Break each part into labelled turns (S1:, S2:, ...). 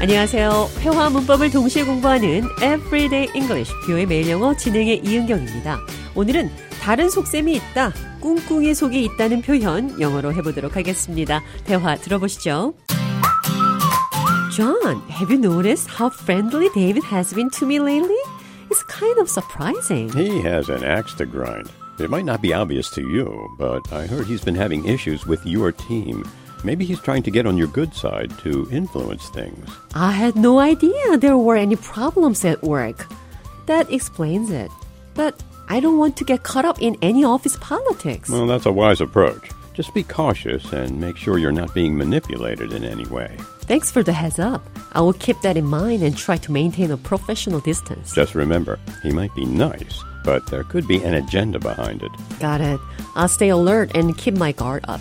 S1: 안녕하세요. 회화 문법을 동시에 공부하는 Everyday English 뷰의 매일 영어 진행의 이은경입니다. 오늘은 다른 속셈이 있다, 꿍꿍이 속이 있다는 표현 영어로 해보도록 하겠습니다. 대화 들어보시죠. John, have you noticed how friendly David has been to me lately? It's kind of surprising.
S2: He has an axe to grind. It might not be obvious to you, but I heard he's been having issues with your team. Maybe he's trying to get on your good side to influence things.
S1: I had no idea there were any problems at work. That explains it. But I don't want to get caught up in any office politics.
S2: Well, that's a wise approach. Just be cautious and make sure you're not being manipulated in any way.
S1: Thanks for the heads up. I will keep that in mind and try to maintain a professional distance.
S2: Just remember, he might be nice, but there could be an agenda behind it.
S1: Got it. I'll stay alert and keep my guard up.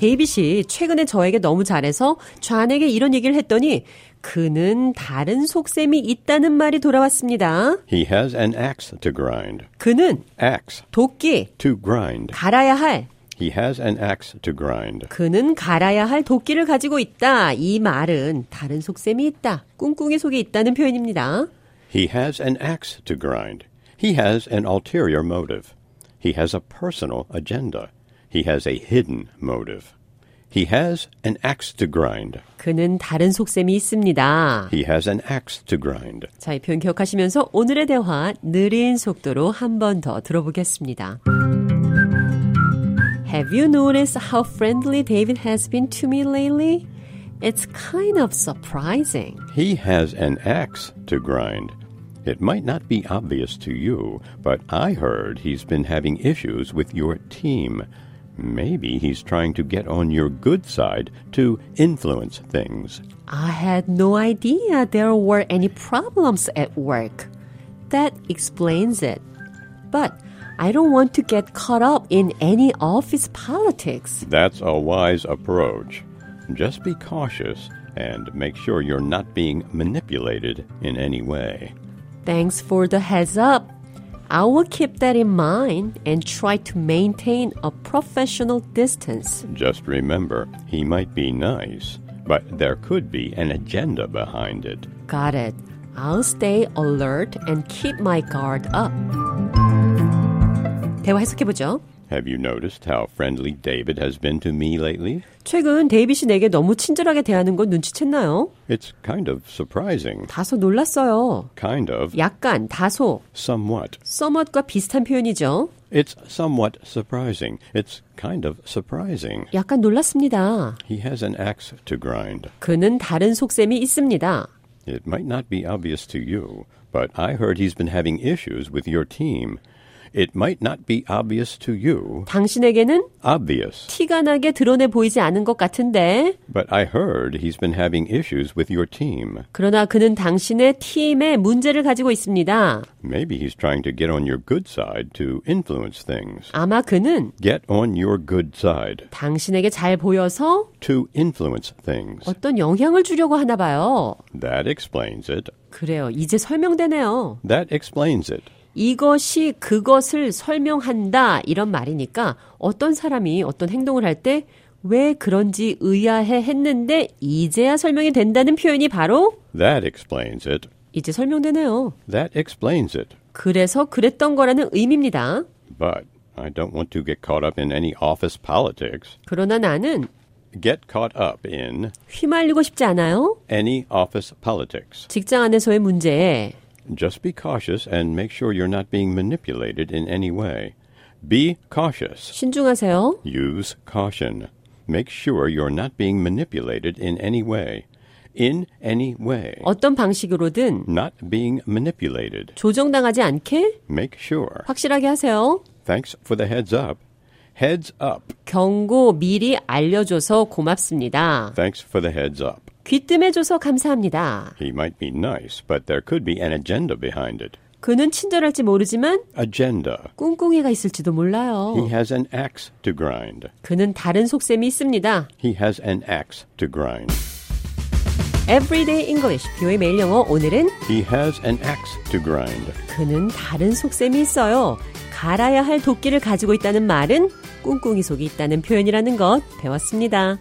S1: 데이빗이 최근에 저에게 너무 잘해서 좌에게 이런 얘기를 했더니 그는 다른 속셈이 있다는 말이 돌아왔습니다.
S2: He has an axe to grind.
S1: 그는
S2: Axe
S1: 도끼
S2: to grind.
S1: 갈아야 할
S2: He has an axe to grind.
S1: 그는 갈아야 할 도끼를 가지고 있다. 이 말은 다른 속셈이 있다. 꿍꿍이 속에 있다는 표현입니다.
S2: He has an axe to grind. He has an ulterior motive. He has a personal agenda. He has a hidden motive. He has an axe to grind.
S1: 그는 다른 속셈이 있습니다.
S2: He has an axe to grind.
S1: 자, 이 표현 기억하시면서 오늘의 대화 느린 속도로 한 번 더 들어보겠습니다. Have you noticed how friendly David has been to me lately? It's kind of surprising.
S2: He has an axe to grind. It might not be obvious to you, but I heard he's been having issues with your team. Maybe he's trying to get on your good side to influence things.
S1: I had no idea there were any problems at work. That explains it. But I don't want to get caught up in any office politics.
S2: That's a wise approach. Just be cautious and make sure you're not being manipulated in any way.
S1: Thanks for the heads up. I will keep that in mind and try to maintain a professional distance.
S2: Just remember, he might be nice, but there could be an agenda behind it.
S1: Got it. I'll stay alert and keep my guard up. 대화 해석해보죠.
S2: Have you noticed how friendly David has been to me lately?
S1: 최근 데이빗이 내게 너무 친절하게 대하는 건 눈치챘나요?
S2: It's kind of surprising.
S1: 다소 놀랐어요.
S2: Kind of.
S1: 약간, 다소,
S2: Somewhat.
S1: somewhat과 비슷한 표현이죠.
S2: It's somewhat surprising. It's kind of surprising.
S1: 약간 놀랐습니다.
S2: He has an axe to grind.
S1: 그는 다른 속셈이 있습니다.
S2: It might not be obvious to you, but I heard he's been having issues with your team. It might not be obvious to you.
S1: 당신에게는
S2: Obvious.
S1: 티가 나게 드러내 보이지 않은 것 같은데,
S2: But I heard he's been having issues with your team.
S1: 그러나 그는 당신의 팀에 문제를 가지고 있습니다.
S2: Maybe he's trying to get on your good side to influence things.
S1: 아마 그는
S2: Get on your good side
S1: 당신에게 잘 보여서
S2: to influence things.
S1: 어떤 영향을 주려고 하나 봐요.
S2: That explains it.
S1: 그래요. 이제 설명되네요.
S2: That explains it.
S1: 이것이 그것을 설명한다. 이런 말이니까 어떤 사람이 어떤 행동을 할 때 왜 그런지 의아해 했는데 이제야 설명이 된다는 표현이 바로
S2: That explains it.
S1: 이제 설명되네요.
S2: That explains it.
S1: 그래서 그랬던 거라는 의미입니다.
S2: But I don't want to get caught up in any office politics.
S1: 그러나 나는
S2: Get caught up in
S1: 휘말리고 싶지 않아요.
S2: any office politics.
S1: 직장 안에서의 문제에
S2: Just be cautious and make sure you're not being manipulated in any way. Be cautious.
S1: 신중하세요.
S2: Use caution. Make sure you're not being manipulated in any way. In any way.
S1: 어떤 방식으로든
S2: Not being manipulated.
S1: 조정당하지 않게
S2: Make sure.
S1: 확실하게 하세요.
S2: Thanks for the heads up. Heads up.
S1: 경고 미리 알려줘서 고맙습니다.
S2: Thanks for the heads up.
S1: 귀뜸해줘서 감사합니다.
S2: He might be nice, but there could be an agenda behind it.
S1: 그는 친절할지 모르지만
S2: Agenda.
S1: 꿍꿍이가 있을지도 몰라요.
S2: He has an axe to grind.
S1: 그는 다른 속셈이 있습니다.
S2: He has an axe to grind.
S1: Everyday English, 비오의 매일 영어 오늘은
S2: He has an axe to grind.
S1: 그는 다른 속셈이 있어요. 갈아야 할 도끼를 가지고 있다는 말은 꿍꿍이 속이 있다는 표현이라는 것 배웠습니다.